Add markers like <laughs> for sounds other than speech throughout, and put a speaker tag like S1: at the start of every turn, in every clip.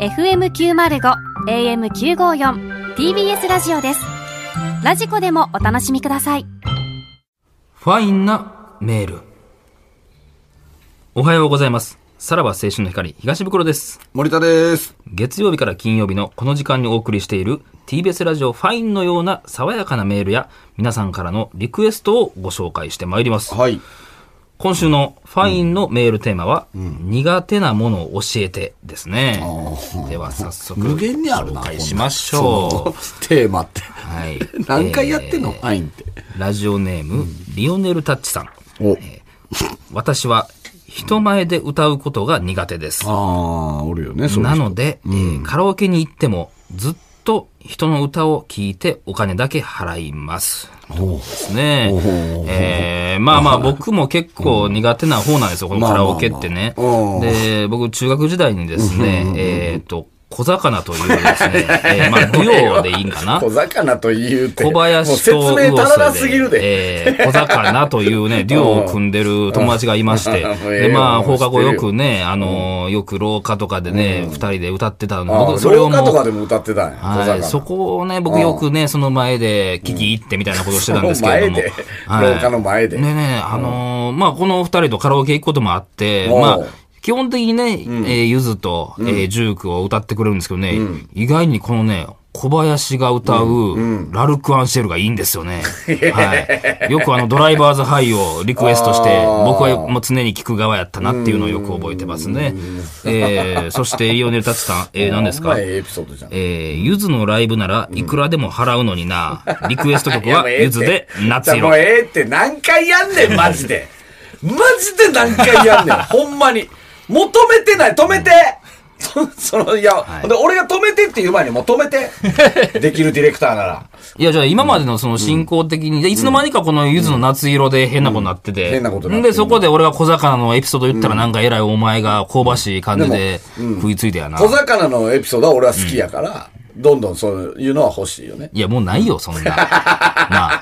S1: FM905 AM954 TBS ラジオですラジコでもお楽しみください
S2: ファインなメール。おはようございます。さらば青春の光、東袋です。
S3: 森田です。
S2: 月曜日から金曜日のこの時間にお送りしている TBS ラジオファインのような爽やかなメールや皆さんからのリクエストをご紹介してまいります。
S3: はい。
S2: 今週のファインのメールテーマは、苦手なものを教えてですね。では早速、
S3: 無限にあるな。
S2: 紹介しましょ
S3: う。テー
S2: <laughs>
S3: マって。
S2: う。はい。
S3: <laughs> 何回やってんの、
S2: えー
S3: ファインって。
S2: ラジオネーム、リオネルタッチさん。
S3: お。
S2: 私は人前で歌うことが苦手です。
S3: ああ、おるよね、そういう
S2: な
S3: 人
S2: ので、えーカラオケに行ってもずっと人の歌を聴いてお金だけ払います。
S3: おう
S2: ですね
S3: おー。
S2: えーまあまあ僕も結構苦手な方なんですよ、このカラオケってね。
S3: まあまあまあうん
S2: で、僕中学時代にですね、えっと、小魚というですね、えー
S3: <laughs>
S2: まあ、デュオでいいんかな。
S3: 小魚と言うて。
S2: 小林と
S3: もう説明足らなすぎる
S2: 魚瀬
S3: で。
S2: で、えー、小魚という
S3: <laughs>
S2: ね、デュオを組んでる友達がいまして、
S3: うん
S2: で、まあ、
S3: <laughs> ええよ
S2: 放課後よくね、あのー、よく廊下とかでね、二人で歌ってたの
S3: あ
S2: 僕、
S3: あ、
S2: それを
S3: 廊
S2: も
S3: 下とか
S2: う、
S3: でも歌ってたんや。小
S2: は
S3: 魚。
S2: い、そこをね、僕よくね、その前で聞き入ってみたいなことをしてたんですけれども
S3: その前で、
S2: はい
S3: 廊下の前で
S2: ねえねえ、あのー、まあ、この二人とカラオケ行くこともあって、
S3: おう
S2: まあ、基本的にね、えーゆずと、えージュークを歌ってくれるんですけどね、意外にこのね、小林が歌う、ラルク・アンシェルがいいんですよ
S3: <laughs>
S2: ね。はい。よくあの、ドライバーズ・ハイをリクエストして
S3: <laughs> あ、ー
S2: 僕はもう常に聞く側やったなっていうのをよく覚えてますね。えー、そして、イオネル・タツ
S3: <laughs>
S2: さん、えー、何です
S3: ほん
S2: か
S3: まええエピソードじゃん。
S2: えー、ゆずのライブならいくらでも払うのにな。リクエスト曲
S3: いやも
S2: は
S3: うええ
S2: ゆ
S3: って
S2: ずで夏
S3: じゃあも
S2: 色。
S3: うええって何回やん
S2: <laughs>
S3: ねん、マジで。マジで何回やんねん、ほんまに。求めてない、止めてそそ <laughs> の、いや、
S2: い
S3: で俺が止めてって言う前にもう止めて。
S2: <laughs>
S3: できるディレクターなら。
S2: いや、じゃあ今までのその進行的に、でいつの間にかこのゆずの夏色で変なことになってて。
S3: ん変なことになって
S2: で、
S3: る
S2: そこで俺が小魚のエピソード言ったらなんか偉いお前が香ばしい感じで食いついたやな。
S3: 小魚のエピソードは俺は好きやから、どんどんそういうのは欲しいよね。
S2: いや、もうないよ、そん
S3: <laughs>
S2: な。な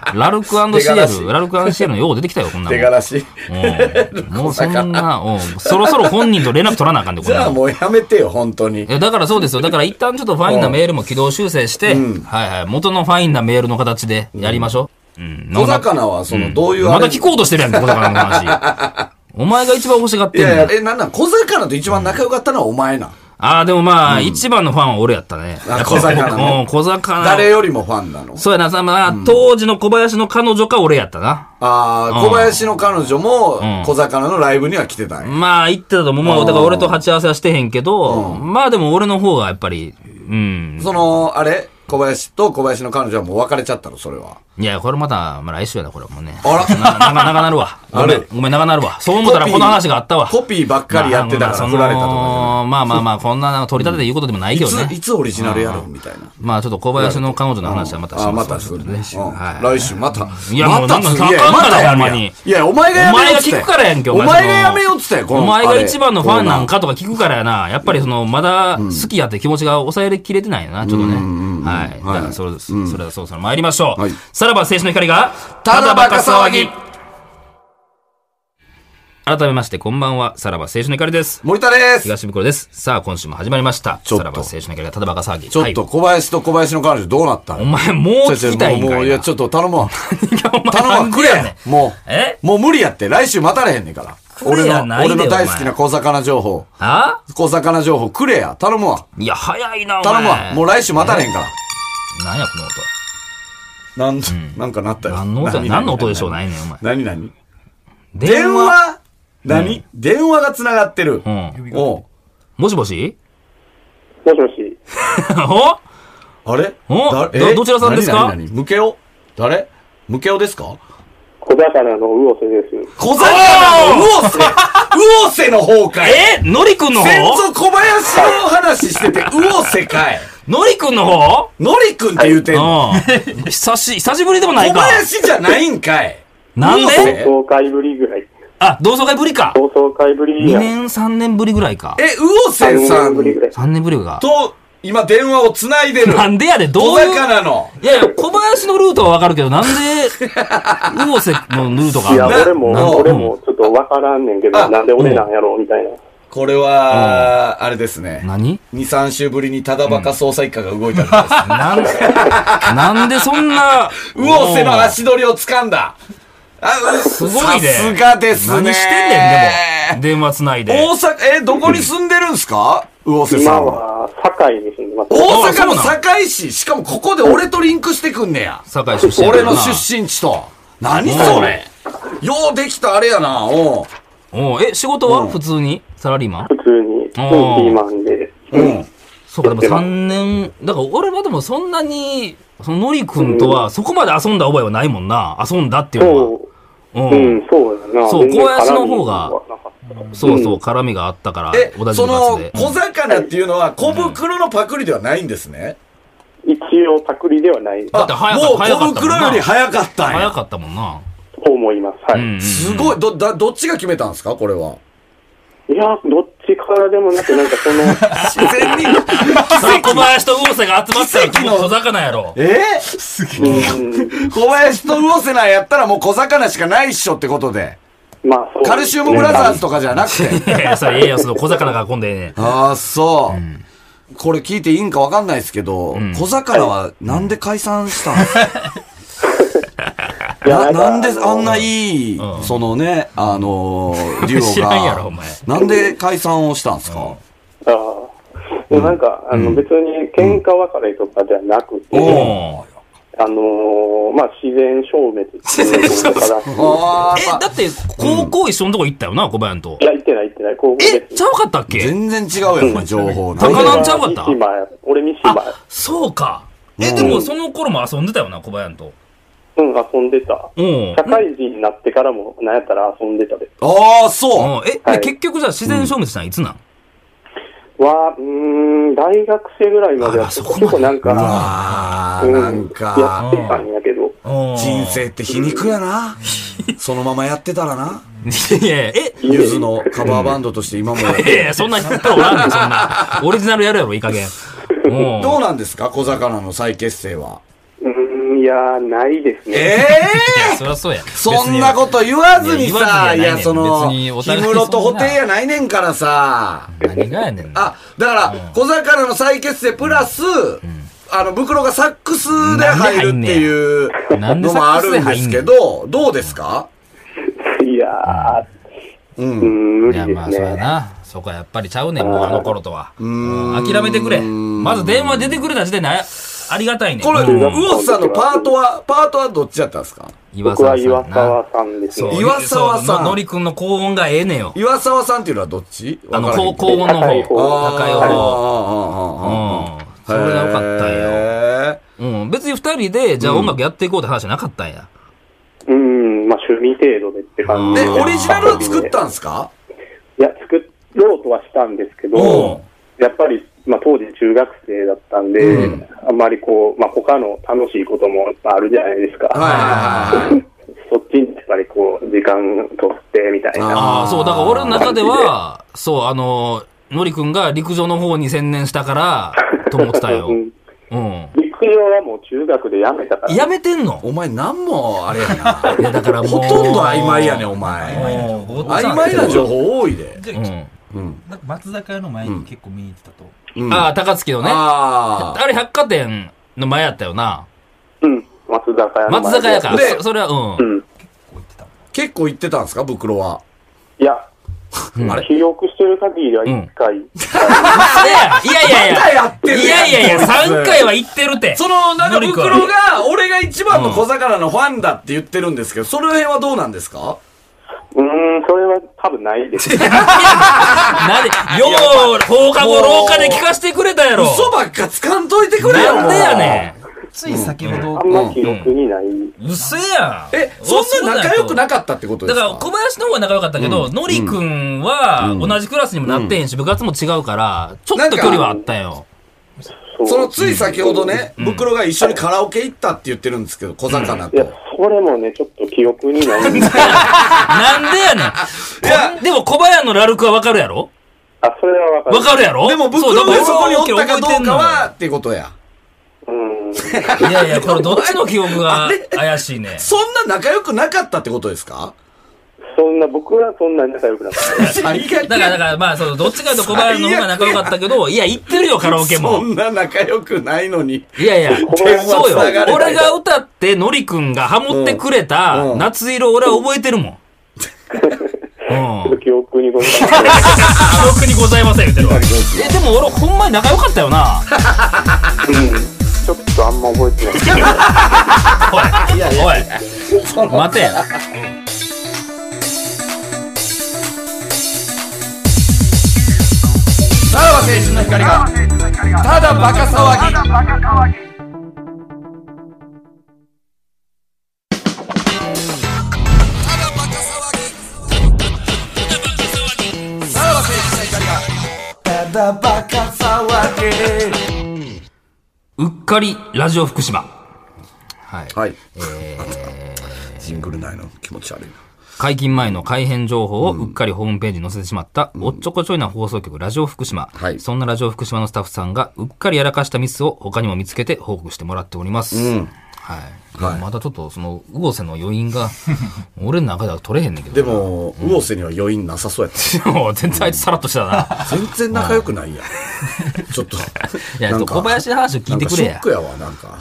S2: あ、ラルクシ
S3: 手柄
S2: エ
S3: し
S2: ル、ラルクシエルのよう出てきたよ、こんなも
S3: 手
S2: ん
S3: 柄し。
S2: うんもうそんな、うんそろそろ本人と連絡取らなあかんで、こ
S3: <laughs> じ
S2: れ
S3: ゃあもうやめてよ、本当に
S2: い。や、だからそうですよ。だから一旦ちょっとファインなメールも軌道修正して、はいはい、元のファインなメールの形でやりましょう。うん。
S3: 小魚はその、どういう
S2: ま
S3: あれ
S2: だ聞こうとしてるやんけ、小魚の話。
S3: <laughs>
S2: お前が一番欲しがって
S3: い
S2: んの
S3: や
S2: よ
S3: いや、え、なんなん小魚と一番仲良かったのはお前なん。
S2: ああ、でもまあ、一番のファンは俺やったね。
S3: あ小魚ね
S2: うん、小魚。
S3: 誰よりもファンなの。
S2: そうやな、さまあ、当時の小林の彼女か俺やったな。
S3: ああ、小林の彼女も小魚のライブには来てたんや。
S2: まあ、言ってたと思う。まあ、だから俺と鉢合わせはしてへんけど、まあでも俺の方がやっぱり、うん。
S3: その、あれ小林と小林の彼女はもう別れちゃったの、それは。
S2: いや、これまた、まあ来週やな、これもうね。
S3: あら
S2: <laughs> な長長なるわ。ごめ
S3: <laughs> あ
S2: ん
S3: れ、
S2: ごめん、長なるわ。そう思ったらこの話があったわ。
S3: コピーばっかりやってたから
S2: まあ
S3: 振られたとか
S2: そのまあまあまあ、こんな取り立てて言うことでもないけ
S3: じ
S2: ど
S3: ゃない。
S2: ね
S3: いつ、い。つオリジナルやろうみたいな。
S2: まあちょっと小林の彼女の話はまたし
S3: あ、
S2: ま。
S3: ますたするね。うん
S2: はい。
S3: 来週また。
S2: いやもう
S3: ま
S2: なん
S3: た
S2: か
S3: す
S2: あかんから
S3: またやる
S2: ほんま
S3: やん
S2: に
S3: いや、お前がや
S2: お
S3: め
S2: 前
S3: よ
S2: が
S3: うっつって。
S2: 聞くからやんけ、
S3: お前
S2: その
S3: がやめようっつって、この
S2: お前
S3: あ
S2: が
S3: れ
S2: 一番のファンなんかとか聞くからやな。やっぱりその、まだ好きやって気持ちが抑えきれてないよな、ちょっとね。はい。だから、それ、それではそろそろ参りましょう
S3: はい。
S2: さらば青春の光が、
S3: ただバカ騒ぎ
S2: 改めまして、こんばんは。さらば青春の光です。
S3: 森田です。
S2: 東袋です。さあ、今週も始まりました。
S3: ちょっと
S2: さらば青春の光がただバカ騒ぎ。
S3: ちょっ
S2: は
S3: と
S2: い。
S3: 小林と小林の彼女どうなったの
S2: お前、もう聞きたいん
S3: もう、
S2: か
S3: もう
S2: い
S3: い
S2: な
S3: や、ちょっと頼む
S2: <laughs>
S3: わ。
S2: お前
S3: 頼むわ、くれ
S2: なんでやね
S3: や
S2: ん
S3: もう。
S2: え
S3: もう無理やって。来週待たれへんねんから。
S2: くれ
S3: 俺
S2: や
S3: の、
S2: ないで
S3: 俺の大好きな小魚情報。
S2: あ
S3: 小魚情報くれや。頼むわ。
S2: いや、早いな、お前。
S3: 頼むわ。もう来週待たれへんから。
S2: 何や、この音。
S3: なん、なんかなったよ。
S2: 何の音や、何の音でしょう、ないねん、お前。
S3: 何何
S2: 電
S3: 電話何電話が繋がってる。
S2: う
S3: うんん。
S2: もしも
S3: <laughs>
S2: し
S4: もしもし、
S2: お
S3: あれ
S2: お
S3: だ
S2: ど
S3: え
S2: どちらさんですか
S3: 何何何ムケオ誰ムケオですか
S4: 小魚の魚瀬です。
S3: 小魚の魚
S2: <laughs>
S3: 瀬魚瀬の方かい
S2: えのりくんの
S3: 先
S2: 方
S3: 祖小林の話してて、魚瀬かい
S2: のりくんの方
S3: のりくんって言うてん
S2: う
S3: の <laughs>
S2: ん。久し、久しぶりでもない
S3: 小
S2: か。
S3: 林じゃないんかい
S2: なん
S3: え
S2: で
S3: え
S4: 同窓会ぶりぐらい。
S2: あ、同窓会ぶりか。
S4: 同窓会ぶり
S2: 2
S4: や。
S2: 年、3年ぶりぐらいか。
S3: え、魚瀬さ
S4: 年
S3: ん
S4: ぶりぐらい。
S2: 3年ぶりか。
S3: と今電話を繋いでる。
S2: なんでやで、ど
S3: 小
S2: ういう。
S3: 魚の。
S2: いやいや、小林のルートはわかるけど、なんで、
S3: <laughs>
S2: 魚瀬のルートがあ
S4: い
S2: る
S4: や、
S2: の
S3: な
S4: 俺も
S3: な、
S4: 俺もちょっとわからんねんけ
S3: あ
S4: ど、なんで俺なんやろうみたいな。
S3: これは、あれですね。
S2: 何
S3: ?2、3週ぶりにただバカ捜査一課が動いたんです。
S2: なん、なんでそん
S3: <laughs>
S2: な、<laughs>
S3: うおせの足取りを掴んだ。あ、す
S2: すごいね。
S3: さすがですね。
S2: 何してんねん、でも。電話つないで。
S3: 大阪、え、どこに住んでるんすかうおせさ
S4: 今
S3: んは。
S4: は、堺に住んでます。
S3: 大阪の
S2: あそうなん
S3: 堺市。しかもここで俺とリンクしてくんねや。
S2: 堺出身やから
S3: 俺
S2: な
S3: の出身地と。何それ。ようできたあれやな、お
S2: おうえ、仕事は普通にサラリーマン
S4: 普通に、ピ
S2: おー
S4: ーマンで。
S3: うん。うん。
S2: そうか、でも
S4: やってます
S2: 3年、だから俺はでもそんなに、そののりくんとはそこまで遊んだ覚えはないもんな。遊んだっていうのは。。
S4: そうう。うんん、そうやな。
S2: そう
S4: 全然
S2: 小林の方が
S4: 絡みとかなかった
S2: そうそう、絡みがあったから
S3: え、、
S2: 同じ
S3: そ
S2: 部活
S3: の
S2: で。
S3: 小魚っていうのは小袋のパクリではないんですね。
S4: 一応、パクリではない
S2: だって早か
S3: もう
S2: 早かったも
S3: 小
S2: んな
S3: 袋より早かったんや
S2: 早かったもんな。
S4: と思います。
S2: う
S4: は
S2: ん
S4: い。
S2: うん。
S3: すごい。ど、だ、どっちが決めたんですかこれは。
S4: いや、どっちからでもなく、なん
S3: <laughs>
S4: かその、
S3: 自然に。
S2: さあ <laughs> 小林と魚瀬が集まったら
S3: 奇跡
S2: も
S3: の
S2: う小魚やろ。
S3: え
S4: うん、
S3: 小林と魚瀬なんやったらもう小魚しかないっしょってことで。
S4: まあそう。
S3: カルシウムブラザーズとかじゃなくて。
S2: いやい <laughs> や、それええやん、その小魚が今度ええねん。
S3: ああ、そう。これ聞いていいんかわかんないですけど、
S2: ん
S3: 小魚はなんで解散したんですか、
S4: いや
S3: ななん
S4: か
S3: であんないい、
S2: うん
S3: そのね、あの
S2: <laughs>
S3: ー、デュ
S2: 知
S3: オ
S2: らんやろ
S3: が
S2: お前、
S3: なんで解散をしたんですか、
S4: ああでもなんか、あの、別に喧嘩別れとかではなくて、
S2: おう
S4: あのー、まあ自然消滅っていうのからしいんですけど、
S3: ああ
S2: え、だって、高校一緒のとこ行ったよな、小林と
S4: い。や、行ってない行ってない、高校
S2: え
S4: で、す。
S2: ちゃうかったっけ
S3: 全然違うやん、お前情報。
S2: 高
S3: なんで
S2: 菜ちゃうかった
S4: 三島や俺三島や
S2: あ、そうか。え、でもその頃も遊んでたよな、小林と。
S4: うん、遊んでた。
S2: うん。
S4: 社会人になってからも、なんやったら遊んでたで。
S3: ああ、そう。
S2: うん。え、で
S4: はい
S2: 結局じゃあ自然消滅したんいつなん
S4: は、うーん、大学生ぐらいまで
S2: あ
S4: は、
S2: そ
S4: そ
S2: こまで
S4: こなんか、
S3: ああ、
S4: うん
S3: なん
S4: や
S3: か
S4: っ、てたんやけど、
S2: うん
S3: 人生って皮肉やな。そのままやってたらな。
S2: いやいや、え、
S3: ゆずのカバーバンドとして今もや
S2: い
S3: っ
S2: やい
S3: て
S2: や、そんな人おらんで、そんな。オリジナルやるやろ、いい加減。うん。
S3: どうなんですか小魚の再結成は。
S4: うーん、いやー、ないですね。
S3: え
S2: いや
S3: え
S2: そりゃそうや。
S3: そんなこと言わずに
S2: いや言
S3: さ、
S2: わずにはない
S3: い
S2: ねん
S3: や、その、
S2: 別にお互
S3: 氷
S2: い
S3: 室と布袋やないねんからさ。
S2: 別に何がやねんな。
S3: あ、だから、小魚の再結成プラス、あの、袋がサックスで入るっていう
S2: なんで
S3: の
S2: 入んねん
S3: もあるんですけど、どうですか
S4: いや
S3: う。
S4: ー、うんん、無
S2: いや、
S4: 理
S2: まあ、
S4: で
S2: そ
S4: す
S2: うや
S4: ね。
S2: な。そこはやっぱりちゃうねん、もうあの頃とは。うん諦めてくれ。
S3: うん
S2: まず電話出てくれた時点であありがたいねん。
S3: これ、
S2: う
S3: 魚
S2: ん
S3: 津さんのパートは、パートはどっちだったんですか
S2: 岩
S4: 僕
S2: 沢
S4: は
S2: さんな
S4: 岩沢さんですね。
S2: そう
S3: 岩沢さん
S2: そうのりくんの高音がええねんよ。
S3: 岩沢さんっていうのはどっち
S2: あの、
S3: わからへ
S2: 高
S3: ん
S2: 高音の
S4: 高い
S2: 方。
S4: 方
S2: 高い方。う
S3: あ
S2: ん。それが良かったよ。
S3: よ。
S2: うん。別に二人で、じゃあ音楽やっていこうって話じゃなかったんや。
S4: うん、まあ趣味程度でって感じ
S3: で、
S4: で。
S3: オリジナルを作ったんですか
S4: いや、作ろうとはしたんですけど、やっぱり、まあ当時中学生だったんで、
S3: うん
S4: あんまりこう、まあ他の楽しいこともあるじゃないですか。
S3: はいはいはいはい。
S4: そっちにやっぱりこう、時間取ってみたいな。
S2: あ
S3: あ
S2: あ、
S3: ー
S2: そう。だから俺の中では、そう、あの、のりくんが陸上の方に専念したから、と思ってたよ
S4: う。ん
S2: うん。
S4: 陸上はもう中学でやめたから。
S2: やめてんの
S3: お前なんもあれやな。
S2: いや、だからもう。
S3: ほとんど曖昧やねん、お前。
S2: もうごっつぁ
S3: 曖
S2: ん
S3: 昧な情報多いで。
S5: じゃ
S2: う
S5: あ、
S2: ん。
S3: うん。
S5: なんか松坂屋の前に結構見に行ってたと。
S3: うん
S2: ああ、高槻のね。あ
S3: あ
S2: れ、百貨店の前やったよな。
S4: うん。松坂屋の前で
S2: 松坂屋か。
S3: で
S2: そそれは、う。
S4: うんん。
S5: こう行ってたもん。
S3: ー結構行ってたんですか、袋は。
S4: いや、
S2: うん
S3: あれ
S4: 記憶してる限りは一回、
S2: あれやいやいやい
S3: まだ
S2: や。
S3: やってる
S2: いやいやいや、3回は行ってるって。
S3: その、なん
S2: の
S3: か
S2: りくん
S3: 袋が、俺が一番の小魚のファンだって言ってるんですけど、その辺はどうなんですか
S4: うーん、それは多分ないです。
S2: なんで、よう、放課後廊下で聞かせてくれたやろ。
S3: 嘘ばっかつかんといてくれよ
S2: なんでやね
S5: つい先ほ
S4: あん
S5: ど、
S4: ま記憶にない。
S2: ん。嘘やん。
S3: え、そんな仲良くなかったってことで
S2: だ
S3: すか
S2: から、小林の方は仲良かったけど、のりくんは、同じクラスにもなってへんし、部活も違うから、ちょっと距離はあったよ。
S4: そう
S3: そのつい先ほどね、袋が一緒にカラオケ行ったって言ってるんですけど、小魚
S4: い
S3: と。
S4: や、それもね、ちょっと記憶にない。
S2: なんでやねんこん。でも、小林のラルクはわかるやろ
S4: あ、それはわかる。
S2: わかるやろ
S3: でも、
S2: そうだ
S3: 袋が
S2: ら
S3: そこにおった
S2: 覚
S3: か
S2: え
S3: ど
S2: てん
S3: う
S2: の
S3: かは、ってことや。
S4: うん。
S2: いやいや、これどっちの記憶が怪しいね。
S3: そんな仲良くなかったってことですか
S4: そんな、僕はそんなに仲良くなかった。
S3: 最
S2: だから、だから、まあ、その、どっちかというと小林の方が仲良かったけど、いや、行ってるよ、カラオケ
S3: そ
S2: も。
S3: んな仲良くないのに。
S2: いやい
S3: <laughs>
S2: や、そう
S4: 電話
S2: よ
S3: 繋がれない。
S2: 俺が歌って、のりくんがハモってくれ
S3: うんう
S2: た
S3: ん
S2: 夏色、俺は覚えてる
S3: <laughs>
S2: もん。うん。
S4: ちょっと記憶にございま
S2: 記憶にございません、言ってる
S3: <laughs>
S2: わ。え、でも俺、ほんまに仲良かったよな。
S4: す。うん。ちょっとあんま覚えてない。
S2: おい、おい、 <laughs> 待て。
S3: さらば青春の光が、ただバカ騒ぎ。
S2: うっかり、ラジオ福島。はい。
S3: はい。ジングルないの気持ち悪いな。
S2: 解禁前の改編情報をうっかりホームページに載せてしまった、おっちょこちょいな放送局ラジオ福島、
S3: はい
S2: そんなラジオ福島のスタッフさんがうっかりやらかしたミスを他にも見つけて報告してもらっております、はい、
S3: はい
S2: またちょっとその魚瀬の余韻が <laughs> 俺の中では取れへんねんけど
S3: でも、魚瀬には余韻なさそうや
S2: <laughs>
S3: っ
S2: もう全然あいつさらっとしたな
S3: た。全然仲良くないやん。ちょっと。
S2: いや
S3: なんか
S2: 小林の話を聞いてくれや
S3: なんかショックやわ、なんか。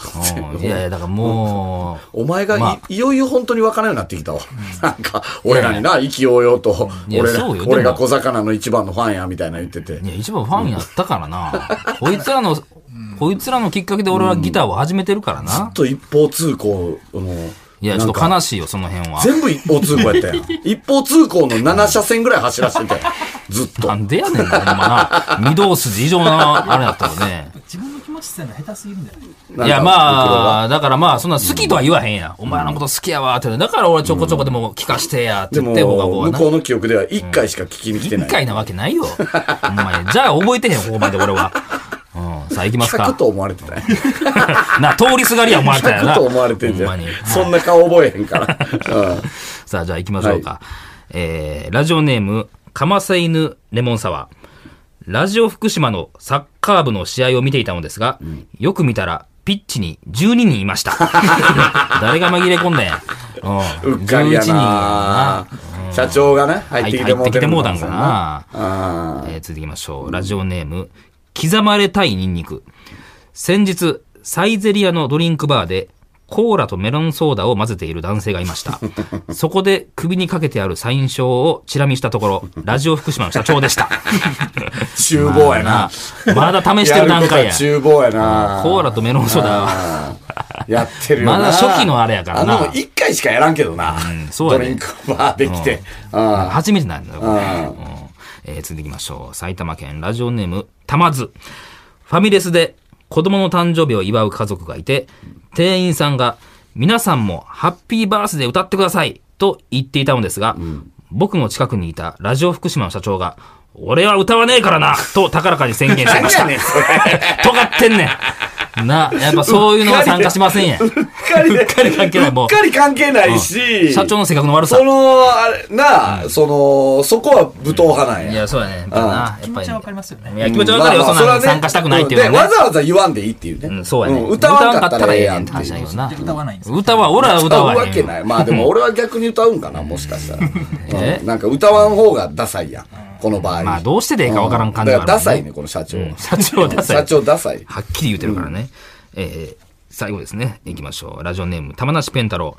S2: うんいやいやだからもう
S3: <laughs> お前がい,、
S2: ま
S3: いよいよ本当に分からんようになってきたわ。なんか、俺らにな、意気揚々と、
S2: いや
S3: 俺ら
S2: そうよでも
S3: 俺が小魚の一番のファンや、みたいな言ってて
S2: い。や、一番ファンやったからな。こいつらの、こいつらのきっかけで俺はギターを始めてるから
S3: ずっ
S2: な。
S3: と一方通行の、
S2: いや、ちょっと悲しいよ、その辺は。
S3: 全部一方通行
S2: <laughs>
S3: やったやん。一方通行の7車線ぐらい走らせてたやん。ずっと
S2: な。んでやねんな、ほんまな。御堂筋以上な、あれやったよね。
S5: 自分の気持ち伝えるの下手すぎるんだよね。
S3: なんか
S2: いや、
S3: 黒
S2: ま
S3: は
S2: あ、だからまあ、そんな好きとは言わへんや。お前のこと好きやわ、って。だから俺ちょこちょこでも聞かしてや、って
S3: で
S2: 言
S3: も、
S2: って、僕はこう
S3: 向
S2: な
S3: こ。うの記憶では1回しか聞きに来てな
S2: 一
S3: い。
S2: 回なわけないよ。ほんまに。じゃあ覚えてへん、ここまで俺は。うん、さあ行きます
S3: 100
S2: か。
S3: と思われてたやん。
S2: な、通りすがりや思われたやな。
S3: 100と思われてんじゃ
S2: ほ
S3: ん
S2: まに。
S3: そんな顔覚えへん
S2: <laughs>
S3: から。うん
S2: さあ、じゃあ行きましょうか。えー、ラジオネーム、かませ犬レモンサワー。ラジオ福島のサッカー部の試合を見ていたのですが、よく見たら、ピッチに12人いま
S3: <laughs>
S2: した。誰が紛れ込んだんや。う
S3: うっかりや
S2: 11人や
S3: な社長がね、入ってきて
S2: 入
S3: も
S2: って
S3: う
S2: きてもうたん
S3: ん
S2: か
S3: な
S2: な。
S3: あ
S2: えー続いていきましょう。ラジオネーム、刻まれたいニンニク。先日、サイゼリアのドリンクバーで、コーラとメロンソーダを混ぜている男性がいました。そこで首にかけてあるサイン帳をチラ見したところ、ラジオ福島の社長でした。
S3: ー厨房やな。
S2: まだ試してる段階や
S3: や。ることは厨房やな
S2: コーラとメロンソーダは
S3: あーやってるよな。
S2: まだ初期のあれやからな
S3: あの、一回しかやらんけどな。
S2: そうやね
S3: ドリンクバーできて。あ
S2: 初めてなんだよ、これ
S3: あ
S2: うんえー続きましょう。埼玉県ラジオネーム、たまず。ファミレスで子供の誕生日を祝う家族がいて、店員さんが、皆さんもハッピーバースデー歌ってくださいと言っていたのですが、僕の近くにいたラジオ福島の社長が、俺は歌わねえからなと高らかに宣言していました。
S3: 何やねん
S2: 尖ってんねん。な、やっぱそういうのは参加しませんやん。うっ
S3: かりで
S2: かり関係ない、
S3: う
S2: も
S3: っ
S2: う。
S3: かり関係ないし。
S2: 社長の性格の悪さ
S3: そ。の、あれ、なあ、その、そこは武闘派なん
S2: い
S3: や。
S2: や、そうやね。やっぱなや
S3: あ
S2: っ
S5: 気
S2: ぱ
S5: 持
S2: り
S5: ちはわかりますよね。
S2: いや、気持ちわかるよ、
S3: まあま
S2: そ
S3: あ
S2: ん
S3: れ
S2: な
S3: は
S2: ん
S3: ね
S2: 参加したくないっていう
S3: うん
S2: の
S3: で
S2: は
S3: わ
S2: ね。
S3: ざわざ言わんでいいっていうね。
S2: うん、そうやね。
S3: ん歌わんかったらええやんって
S2: 歌わんかったらええやんって話だ
S3: い
S2: け
S3: う
S2: どな。
S5: 歌わないんですよ。
S2: 歌は、俺は
S3: 歌
S2: 歌
S3: う
S2: わ
S3: わけ
S2: い。
S3: ない。まあでも俺は逆に歌うんかな、もしか
S2: <laughs>
S3: したら。
S2: え
S3: うんなんか歌わん方がダサいやん。この場合。
S2: まあ、どうしてでええかわからん感じ
S3: だ
S2: は
S3: か
S2: あ
S3: ら
S2: るもん
S3: ダサいね、。この社長は。
S2: 社長ダサい。
S3: 社長ダサい。
S2: はっきり言ってるからね。えー最後ですね。いきましょう。ラジオネーム、玉梨ペン太郎。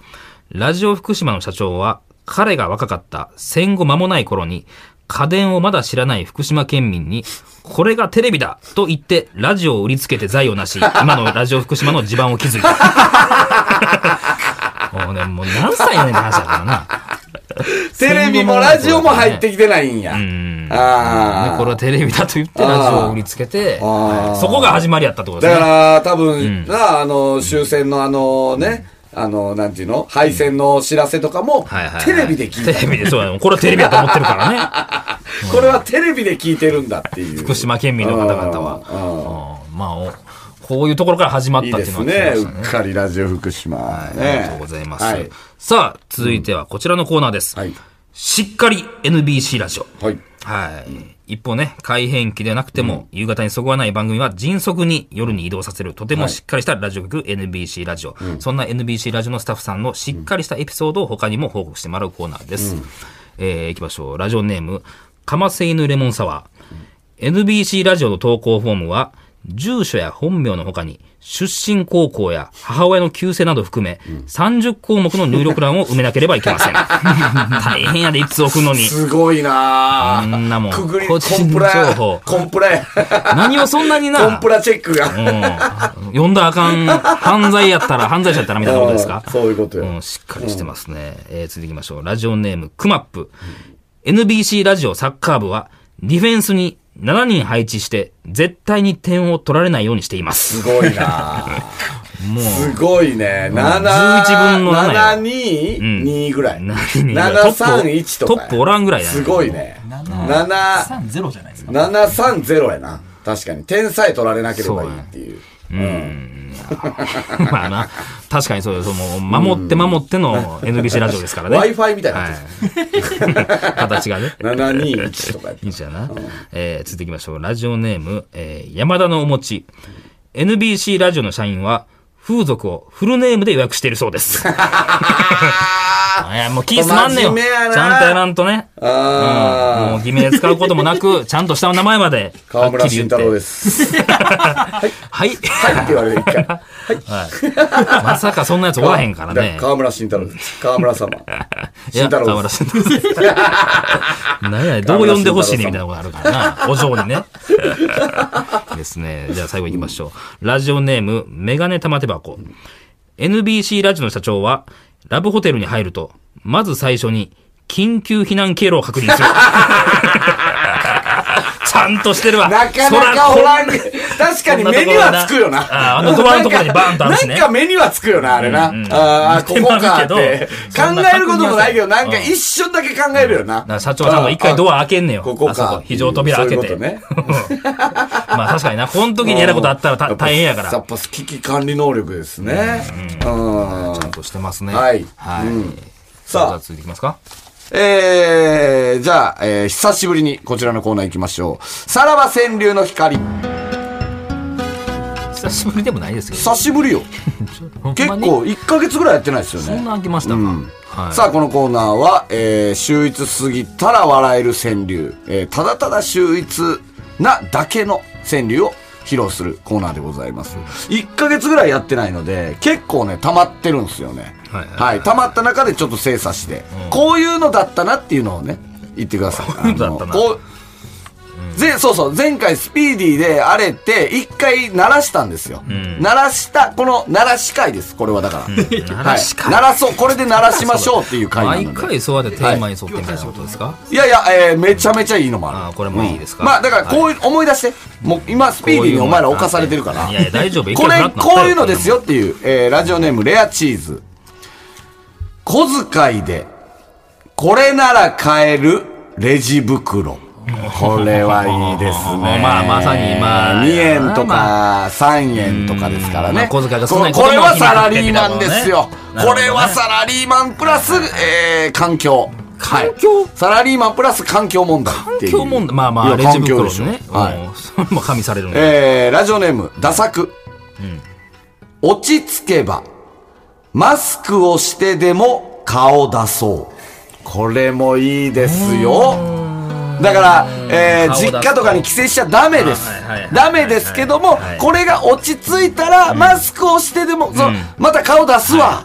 S2: ラジオ福島の社長は、彼が若かった戦後間もない頃に、家電をまだ知らない福島県民に、これがテレビだと言って、ラジオを売りつけて財をなし、今のラジオ福島の地盤を築
S3: <laughs>
S2: いた。もうね、もう何歳やねんって話だからな。
S3: テレビもラジオも入ってきてないんや。
S2: うん
S3: あ
S2: ね
S3: あ。
S2: これはテレビだと言ってラジオを売りつけて、
S3: あー
S2: はいそこが始まりやったってことで
S3: だ
S2: す
S3: か
S2: ね。
S3: ら、多分、なあ、あの、終戦のあのね、あの、なんていうの敗戦の知らせとかも
S2: はい <laughs> はいはい、
S3: テレビで聞い
S2: テレビで、そうやね。これはテレビだと思ってるからね。
S3: <laughs> た。これはテレビで聞いてるんだっていう。
S2: 福島県民の方々は。うんまあお、こういうところから始まっ
S3: いい
S2: たっ
S3: で
S2: ていう
S3: す
S2: のが聞
S3: ね。
S2: きまし
S3: う
S2: た
S3: っかりラジオ福島。
S2: あり
S3: ね
S2: がとうございます。
S3: はい。
S2: さあ、続いてはこちらのコーナーです。
S3: はい
S2: しっかり NBC ラジオ。
S3: はい。
S2: はい。一方ね、改変期でなくても、夕方にそぐわない番組は迅速に夜に移動させる、とてもしっかりしたラジオ局、NBC ラジオ、そんな NBC ラジオのスタッフさんのしっかりしたエピソードを他にも報告してもらうコーナーです。えー、行きましょう。ラジオネーム、かませ犬レモンサワー。NBC ラジオの投稿フォームは、住所や本名の他に、出身高校や母親の旧姓など含め、30項目の入力欄を埋めなければいけま <laughs> せん。大変やで、いつ送るのに。
S3: すごいな
S2: あんなもん
S3: くぐり、コ
S2: 個人
S3: ンプラ
S2: 情報
S3: コンプラや。
S2: 何をそんなにな。
S3: コンプラチェックが。
S2: うん。呼んだらあかん、犯罪やったら、犯罪者やったらみたいなことですか
S3: うんそういうことよ
S2: ん、しっかりしてますね。えー続いていきましょう。ラジオネーム、くまっぷ。NBC ラジオサッカー部は、ディフェンスに7人配置して、絶対に点を取られないようにしています。
S3: すごいな
S2: <laughs> もう、
S3: すごいね。7、
S2: 11分の7や
S3: 7、2、
S2: ん
S3: 2ぐらい。
S2: 7
S3: 7、
S2: 2ぐらい
S3: 3、1とかや。
S2: トップおらんぐらいやね
S3: すごいね。7、
S5: 三ゼロじゃないですか。
S3: 7、3、0やな。確かに。点さえ取られなければいいっていう。
S2: <laughs> まあな、確かにそうです。もう、守って守っての NBC ラジオですからね。
S3: Wi-Fi みたいになって
S2: はい <laughs> 形がね。
S3: 7、2、1とか
S2: <laughs>
S3: やった
S2: いいじゃな。えー続いていきましょう。ラジオネーム、えー山田のお餅。NBC ラジオの社員は、風俗をフルネームで予約しているそう
S3: <laughs>
S2: です。いや、もう気すまんねよ。ち
S3: 真面目やな
S2: ゃんとやらんとね。
S3: あー
S2: もう偽名使うこともなく、ちゃんと下の名前まで。。
S3: 川村慎太郎ですす。 <laughs>
S2: はい。
S3: はいって言われる一回。
S2: まさ <laughs> かそんなやつおらへんからね。
S3: 川村慎太郎です。川村様。慎
S2: い
S3: 太
S2: や河
S3: 郎で
S2: 村
S3: す。
S2: 慎太郎です。何
S3: <laughs>
S2: やねんどう呼んでほしいねみたいなことあるからな。お嬢にね。ですね。じゃあ最後行きましょう。ラジオネーム、メガネ玉手箱。NBC ラジオの社長は、ラブホテルに入ると、まず最初に、緊急避難経路を確認する。 <laughs> ちゃんとしてるわ。
S3: なかなかおらん。確かに目にはつくよな。
S2: ああのドアのところにバーンとあるしね
S3: なんか目にはつくよな、あれな。
S2: うんうん
S3: ああ、ここかっ
S2: 見て
S3: て
S2: ます。けどそん
S3: 考
S2: な
S3: えることもないけど、なんか
S2: うん
S3: 一瞬だけ考えるよな。
S2: な社長はちゃんと一回ドア開けんねよ。
S3: ここか
S2: あそ非常扉開けて。
S3: そうい
S2: <laughs>
S3: うこ
S2: まあ確かにな、この時にやることあったら
S3: や
S2: た
S3: っぱ
S2: 大変やから。
S3: やっぱ危機管理能力ですね。うん
S2: ちゃんとしてますね。
S3: はい
S2: はい。
S3: うん
S2: さ
S3: さ
S2: あ、
S3: あ
S2: じゃあ続いていきますか。
S3: えー、じゃあ、えー久しぶりにこちらのコーナー行きましょう。さらば川柳の光。
S2: 久しぶりでもないですけど。
S3: 久しぶりよ。結構、1ヶ月ぐらいやってないですよ
S2: そん
S3: ね。
S2: な開きましたか。はい。
S3: さあ、このコーナーは、えー、秀逸すぎたら笑える川柳、えー、ただただ秀逸なだけの川柳を披露するコーナーでございます。1ヶ月ぐらいやってないので、結構ね、溜まってるんですよね。
S2: はい
S3: はい。溜まった中でちょっと精査して、こういうのだったなっていうのをね、言ってください。
S2: こういうのだったな
S3: あこうぜそうそう、前回スピーディーで荒れて、一回鳴らしたんですよ。鳴らした、この鳴らし会です、これはだから。
S2: 鳴らし会
S3: はい鳴らそう、これで鳴らしましょうっていう会なので。
S2: 毎回そうやってテーマに沿ってみたいなことですか
S3: いやいや、えーめちゃめちゃいいのもある。
S2: あーこれもいいですか
S3: うんまあ、だからこういう、思い出して。もう今、スピーディーにお前ら侵されてるから。
S2: いやいや、大丈夫。
S3: これ、こういうのです
S2: よ。
S3: よっていう、えーラジオネーム、レアチーズ。小遣いで、これなら買える、レジ袋。これはいいですね。
S2: <laughs> まあまさにまあ
S3: 2円とか3円とかですから
S2: まあ
S3: ね。
S2: 小遣いがそんなに
S3: ここれは
S2: 子供の日に
S3: サラリーマンですよ。
S2: なるほど
S3: こ
S2: ね
S3: れはサラリーマンプラス、えー環境。はい
S2: 環境
S3: サラリーマンプラス環境問題っていう。
S2: 今日もん、まあまあ、
S3: い
S2: レ
S3: や
S2: ジ
S3: 環境
S2: 袋
S3: でしょ
S2: ね。
S3: はい。
S2: うんそれも加味されるんで。
S3: えー、ラジオネーム、ダサく。落ち着けば、マスクをしてでも顔出そう。これもいいですよ。だから、えー
S2: 顔出そう
S3: 実家とかに帰省しちゃダメです
S2: あはいはいはいはい。
S3: ダメですけども
S2: はい、
S3: これが落ち着いたら、マスクをしてでも、そのまた顔出す
S2: は
S3: わ。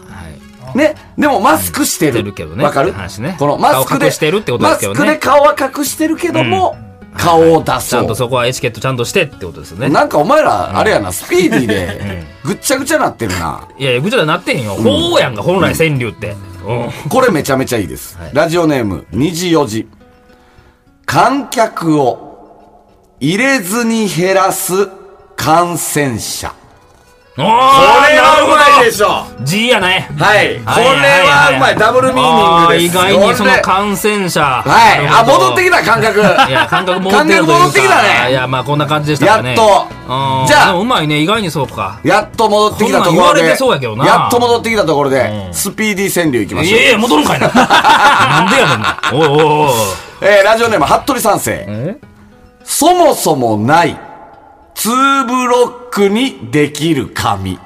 S2: い。
S3: ね、でもマスクして
S2: して
S3: る
S2: るけど。ね
S3: わかる
S2: って話ね
S3: このマスク
S2: 顔
S3: で
S2: 隠してるってことで
S3: マ
S2: すけ
S3: ス
S2: どね
S3: クで顔は隠してるけども、顔を出
S2: ち
S3: そ
S2: ゃ
S3: うん
S2: と。そこはエチケットちゃんとしてってことですね。
S3: なんかお前ら、あれやな、スピーディーで、
S2: <laughs>
S3: ぐっちゃぐちゃなってるな。
S2: いやいや、ぐちゃぐちゃなってへんよ。ほうやんが、本来川柳って。うん。
S3: これめちゃめちゃいいです。ラジオネーム、2時4時。観客を入れずに減らす感染者。
S2: これ
S3: これはうまいでしょは
S2: G やね。
S3: い。これはうまい。ダブルミーニングです。
S2: あー意外にその
S3: これ
S2: 感染者。
S3: はい。あ、戻ってき
S2: た。
S3: た感覚。
S2: いや、感覚戻ってるというか
S3: 感覚戻ってきたね
S2: いや、まあこんな感じでしたからね。
S3: やっと
S2: うん
S3: じゃあ
S2: でもうまいね。意外にそうか。
S3: やっと戻ってきたとこ
S2: こんな
S3: ろ
S2: ん言われ
S3: で
S2: てそうやけど、な
S3: やっと戻ってきたところ
S2: う
S3: で、
S2: ん
S3: スピーディー川柳いきま
S2: い
S3: しょう
S2: やい。や、戻るんかいな。なんでやねんな。おいおいおい
S3: えーラジオネーム、服部三世。そもそもない、ツーブロックにできる
S2: <laughs>
S3: 紙。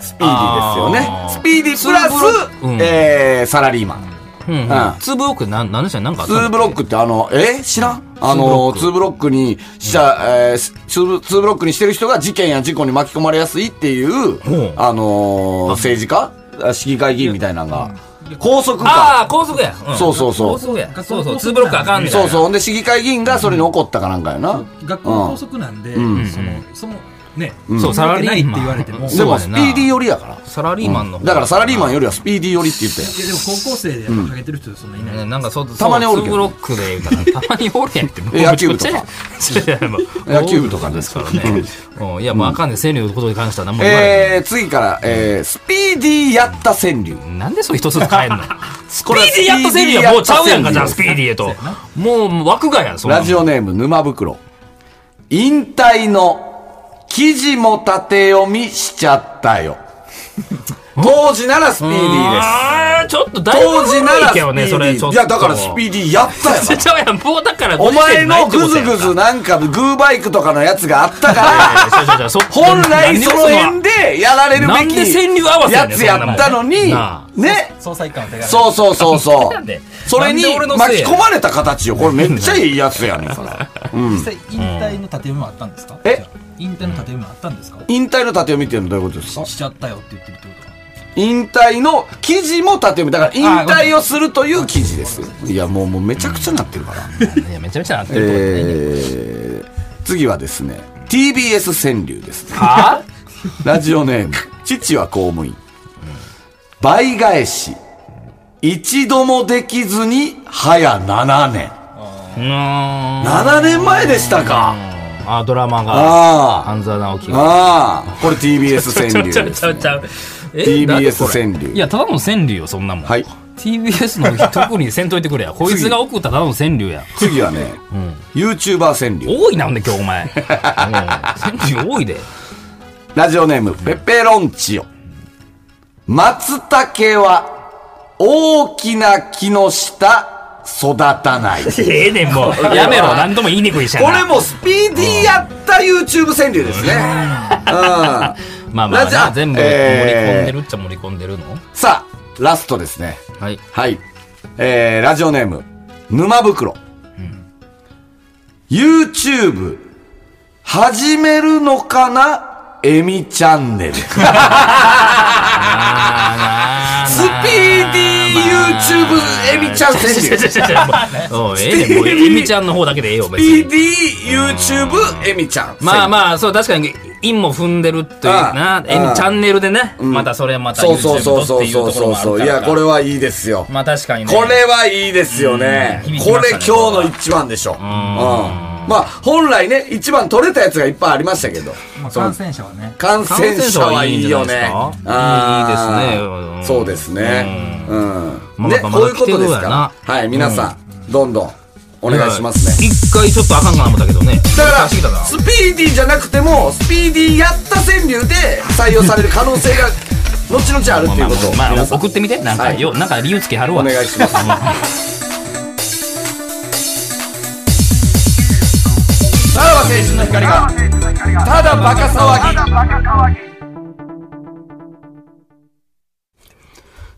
S3: スピーディーですよね。スピーディープラス
S2: ツーブロックう、ん
S3: えーサラリーマン。
S2: うんうん。ツーブロックなん、なんでしたっけなんかあっ
S3: ツ
S2: たんだっ
S3: ー
S2: け
S3: ブロックってあの、え知らんあの、ツーブロックにした、えーツーブ、ツーブロックにしてる人が事件や事故に巻き込まれやすいっていう
S2: ほう、
S3: あのー、政治家あ市議会議員みたいなのが、拘束か。
S2: ああ、高速や。ん
S3: そうそうそう
S2: 高速や。そうそう、ツーブロックあかんみたい
S3: そ
S2: な。
S3: うそう。ほんで、市議会議員がそれに怒ったかなんかやな。
S5: 学校の校則なんで、
S3: ん
S5: その、その、ね、
S2: んそうサラリーマン
S5: ないって言われても、
S2: そ
S3: で
S2: う
S3: も、
S2: や
S3: スピ
S2: な
S3: ーディー寄りやから。
S2: サラリーマンの方。
S3: だからサラリーマンよりはスピーディー寄りって言ったやん
S5: いやでも高校生でやっぱかけてる人そんないない。
S2: ねなんかそう、
S3: たまにお
S2: そう
S3: る
S2: ツー
S3: けど
S2: ブロックで言うたら、たまにおるやんって。
S3: え野球部とか
S2: めちゃくちゃや。いや
S3: 野球部とかね
S2: ですからね。うんいや、まああかんね、生理のことに関しては何も言わない。
S3: えー、次から、えー、スピーディーやった川柳。
S2: なんでそれ一つずつ変えんのスピ
S3: こ
S2: ー
S3: れは
S2: ディーやっとせるやんもうちゃうやんか、
S3: スピーディーやっとせるよ
S2: じゃあスピーディーへと。もう枠がや、そんなの
S3: ラジオネーム、沼袋。引退の記事も縦読みしちゃった
S2: <laughs>
S3: よ。当時ならスピーディーです。
S2: あーちょっとだいぶ
S3: 当時な
S2: 古い
S3: らスピ
S2: けど
S3: ーデ
S2: ね、それ
S3: ィ
S2: ちょっと。
S3: ー。いや、だからスピーディー
S2: <laughs>
S3: やったよ
S2: ち。ちゃうやん、もうだから
S3: お前の
S2: ご時
S3: グズ
S2: 世な
S3: グ
S2: いって
S3: ズ
S2: ことやんか
S3: なんか、グーバイクとかのやつがあっ
S2: <laughs>
S3: たから、
S2: いやいやいやそうそうそう
S3: 本来その辺でやられる
S2: なん
S3: べ
S2: で
S3: き
S2: 川柳合わせ
S3: や
S2: やねん
S3: つやったのに
S2: なあ、
S3: ね。
S5: 総裁官の手紙。
S3: そうそうそう
S2: <laughs>
S3: そ
S2: なんで
S3: う。それに
S2: なんで俺のせ
S3: 巻
S2: い
S3: き
S2: や
S3: 込まれた形よ。これめっちゃいいやつやねん、それ。
S5: 実際引退の縦読みもあったんですか
S3: え
S5: じゃあ引退の縦読みもあったんですか
S3: 引退の縦読みっていうのはどういうことですか
S5: しちゃったよって言ってるってことか。
S3: 引退の記事も縦読み。だから引退をするという記事です。いや、もう、もうめちゃくちゃなってるから。
S2: いやめちゃめちゃなってるとこやね
S3: えー、次はですね、TBS 川柳です。
S2: は
S3: ラジオネーム、父は公務員。倍返し、一度もできずに、早7年。
S2: ぁうーん
S3: 7年前でしたか。
S2: あドラマが
S3: ああ。
S2: 半沢直樹が
S3: ああ、これ TBS 川柳
S2: ちゃう
S3: で
S2: ちゃう
S3: す
S2: ちゃうえ
S3: TBS 川
S2: いや
S3: 柳。
S2: ただの川柳よそんなもん
S3: はい
S2: TBS の特にせんといてくれやこいつが送ったただの川柳や
S3: 次はね、YouTuber 川柳。
S2: 多いなほんで今日お
S3: <laughs>
S2: 前うん川柳多いで
S3: ラジオネーム、ペペロンチオ。松茸は、大きな木の下、育た
S2: <laughs>
S3: ない。こ
S2: ええねんもう <laughs> やめろ何度も言いにくいしゃな
S3: れもスピーディーやった YouTube 川柳ですね。うん。
S2: まあまあ
S3: ラジオ
S2: な全部盛り込んでるっちゃ盛り込んでるの
S3: さあ、ラストですね。
S2: はい
S3: はい。えー、ラジオネーム、沼袋。YouTube、始めるのかなエミチャン
S2: <laughs>
S3: ネル。スピーディー YouTube エミちゃん川柳。ス
S2: <laughs> おうええねんもうえみちゃんの方だけでええよ別
S3: ピー
S2: に
S3: ディー YouTube エミちゃん。
S2: まあまあそう確かに陰も踏んでるっていう
S3: ああ
S2: なえ
S3: ああ
S2: みチャンネルでねまたそれはまた
S3: そうそう
S2: YouTube
S3: そう
S2: とっ
S3: そ
S2: て
S3: う
S2: いうところ
S3: そう
S2: もあ
S3: そう。い
S2: るから
S3: や、これはいいですよ。
S2: まあ確かにね
S3: これはいいですよね。
S2: うん
S3: これ
S2: 響きまし
S3: 今
S2: たね
S3: 日の一番でしょ。うん。まあ、本来ね、一番取れたやつがいっぱいありましたけど。
S5: まあ
S3: その
S5: 感染者はね。
S3: 感染者は
S2: 感染者はいい
S3: いいよね。あ
S2: んじゃないですか
S3: ー
S2: うんいいですねうん
S3: そうですね。うん。
S2: ま
S3: ね、
S2: だまだ
S3: こういうことです
S2: 来てるわ
S3: か
S2: な
S3: ら。はい、皆さん、どんどんお願いしますね。
S2: 一回ちょっとあかんかな思ったけどね
S3: だから、
S2: 出してきたな
S3: スピーディーじゃなくても、スピーディーやった川柳で採用される可能
S2: <laughs>
S3: 性が、後々あるっていうことを。
S2: まあま
S3: 皆
S2: あ
S3: さん
S2: 送ってみてなん
S3: は
S2: か
S3: い
S2: よなんか理由つけはるわ
S3: お願いします。さらば青春の光が、ただバカ騒ぎ。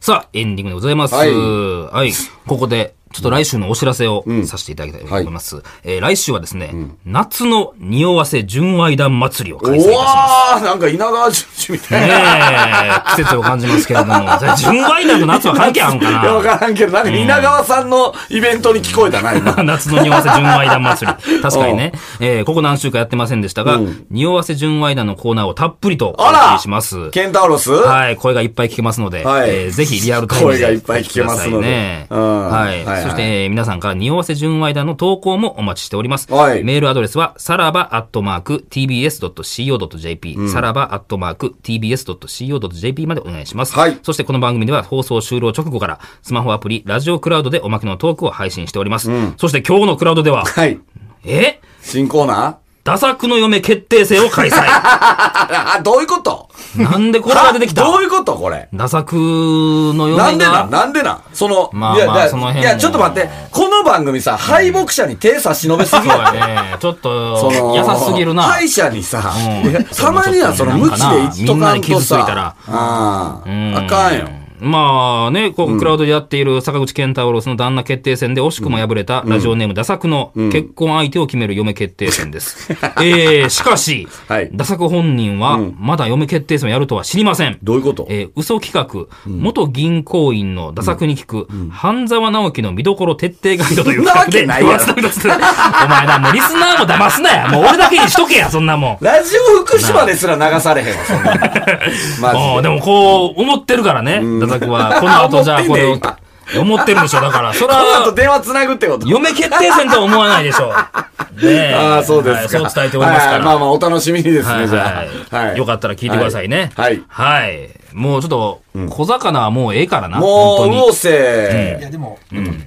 S2: さあ、エンディングでございます。
S3: は
S2: はいい。ここで、ちょっと来週のお知らせをさせていただきたいと思います。えー来週はですね、夏の匂わせ純愛団祭りを開催いたしま
S3: う
S2: す。
S3: わーなんか稲川淳二みたいな。
S2: ねえ、季節を感じますけれども、
S3: <laughs>
S2: それ純愛団と夏は関係あるんか
S3: いや、わ
S2: な
S3: からんけど、なんか稲川さんのイベントに聞こえたな、
S2: <laughs>
S3: 今。
S2: 夏の匂わせ純愛団祭り。
S3: <laughs>
S2: 確かにね。えーここ何週かやってませんでしたが、匂わせ純愛団のコーナーをたっぷりとお
S3: あ
S2: 送
S3: ら
S2: りします。
S3: ケンタウロス
S2: はい、声がいっぱい聞けますので、
S3: はい
S2: えーぜひリアルタイムで
S3: 声がいっぱい聞けます
S2: 聞いてください
S3: ので
S2: ね
S3: う
S2: は
S3: んはい
S2: い。そして、えー皆さんから匂わせ純愛団の投稿もお待ちしております。
S3: はい
S2: メールアドレスは、さらばアットマーク tbs.co.jp、さらばアットマーク tbs.co.jp までお願いします。
S3: はい
S2: そして、この番組では放送終了直後から、スマホアプリ、ラジオクラウドでおまけのトークを配信しております。そして、今日のクラウドでは、
S3: はい。
S2: え
S3: 新コーナ
S2: ダサクの嫁決定戦を開
S3: <laughs>
S2: 催。
S3: ーあ、あどういうこと
S2: なんでこれが出てきた
S3: どういうことこれ。
S2: ダサクの嫁が。
S3: なんでなんなんでなんその、
S2: まあ
S3: いや
S2: まあ
S3: だ
S2: その辺
S3: い
S2: も
S3: や、ちょっと待って。この番組さ、敗北者に手差し伸べすぎ
S2: そう
S3: や
S2: や
S3: で
S2: ね。ちょっ
S3: そ
S2: と、
S3: の
S2: 優しすぎるな。
S3: 歯医者にさ、
S2: うん
S3: いやたまにはその無知で言っと
S2: みん
S3: か
S2: なんに
S3: と
S2: 傷ついた
S3: さ
S2: ら、
S3: あ
S2: うん
S3: ーあかんよ。
S2: まあね、こう、クラウドでやっている坂口健太郎その旦那決定戦で惜しくも敗れたラジオネーム、ダサクの結婚相手を決める嫁決定戦
S3: <laughs>
S2: です。えー、しかし
S3: はい、
S2: ダサク本人は、まだ嫁決定戦をやるとは知りません。
S3: どういうこと
S2: えー嘘企画、元銀行員の打作に聞く、半沢直樹の見どころ徹底ガイドという
S3: そんなわけ
S2: で
S3: ないやろ
S2: 松田ですお前な、もうリスナーも騙すなや。もう俺だけにしとけや、そんなもん。
S3: ラジオ福島ですら流されへんわ、そん
S2: <laughs>
S3: なの
S2: も
S3: マ
S2: う
S3: ジ
S2: で
S3: で。
S2: もこう、思ってるからね、打作は。この後じゃあこれを
S3: 思ってんね。
S2: 思ってるでしょ、だから。それ
S3: この後
S2: は、
S3: 電話つなぐってこと
S2: 嫁決定戦とは思わないでしょ。ねえ
S3: ああ、そうですか。
S2: はいそう伝えておりますか
S3: は
S2: ら。
S3: いまあまあ、お楽しみにです
S2: は
S3: ね、
S2: い
S3: じ
S2: は
S3: ゃあ。
S2: い。よかったら聞いてくださいね。
S3: はい。
S2: はい。もうちょっと、小魚はもうええからな。
S3: も
S2: 本当
S3: う、
S2: に
S3: 魚生
S5: いやでも、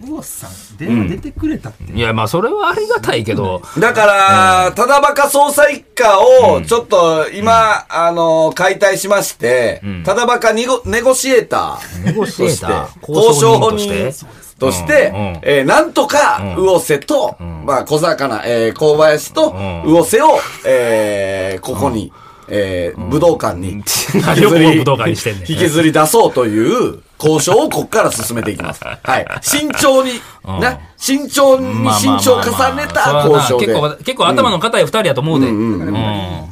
S5: 魚津さん、電話出てくれたって。
S2: いや、まあ、それはありがたいけど、
S3: だから、ただバカ捜査一課を、ちょっと今、あの、解体しまして、ただバカニゴネゴシエータ
S2: ネ
S3: ー
S2: ゴ
S3: と
S2: シエー
S3: して
S2: ター、
S3: 交渉人と
S2: 交渉人と
S3: し
S2: してて、
S3: として
S2: うんうん
S3: えーなんとか、
S2: うん
S3: 魚瀬と、まあ、小魚、えー、小林と、
S2: ん
S3: 魚瀬を、えー、ここに、えー、武道館に、引き
S2: <laughs> 何を
S3: ずり、
S2: 武道館にしてんねん
S3: 引きずり出そうという交渉をここから進めていき
S2: <laughs>
S3: ます。はい。慎重に、
S2: うん
S3: な、慎重に慎重を重ねた交渉で。
S2: それはな結構、結構頭の硬い二人やと思うで。うん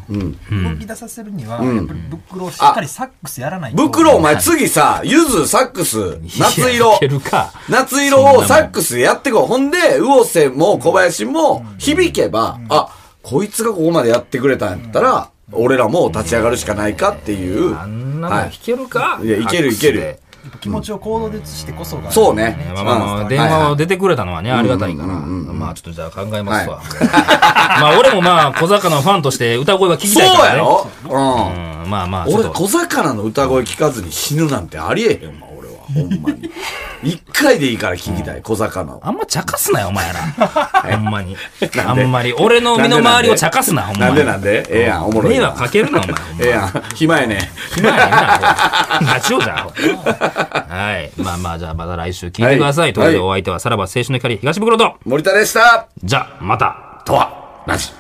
S5: 動き出させるには、やっぱり袋をしっかりサックスやらないと。
S3: 袋お前次さ、ゆず、サックス、夏
S2: いや
S3: 色
S2: いけ。るか。
S3: 夏色をサックスでやってこう。ほんで、魚瀬も小林も響けば、あ、こいつがここまでやってくれたんやったら、俺らもう立ち上がるしかないかっていう。
S2: あんなの
S3: は
S2: 弾けるか
S3: いやいけるいける。
S5: やっぱ気持ちを行動で移してこそが。
S3: そうね
S2: ハックスでねまあまあま
S3: う
S2: あ、
S3: ん
S2: 電
S3: はい
S2: 話
S3: は
S2: を
S3: い
S2: 出てくれたのはね、ありがたいから。まあ、ちょっとじゃあ考えますわ。 <laughs> まあ、俺もまあ、小魚のファンとして歌声は聞き
S3: そう
S2: たいから
S3: や
S2: ね。
S3: ろ
S2: う
S3: うん。
S2: ん、まあまあ、ちょっ
S3: 俺、
S2: と。
S3: 小魚の歌声聞かずに死ぬなんてありえへんわ、
S2: <laughs>
S3: 俺は。ほんまに。一回でいいから聞きたい、小魚を。
S2: あんま茶化すなよ、お
S3: <laughs>
S2: 前ら。ほんまに。あんまり。俺の身の回りを茶化すな、ほんま
S3: な
S2: に。
S3: んでなんでええやん、おもろい
S2: 迷
S3: な。
S2: 惑かける
S3: <laughs>
S2: な、お前。
S3: ええやん、暇やね。
S2: 暇やな、ラジオじゃん、はい。まあまあ、じゃあまた来週聞いてくださ
S3: はい
S2: い。ということで、
S3: はい
S2: お相手はさらば青春の光東袋と、
S3: 森田でした
S2: じゃあ、また。
S3: とは、なし。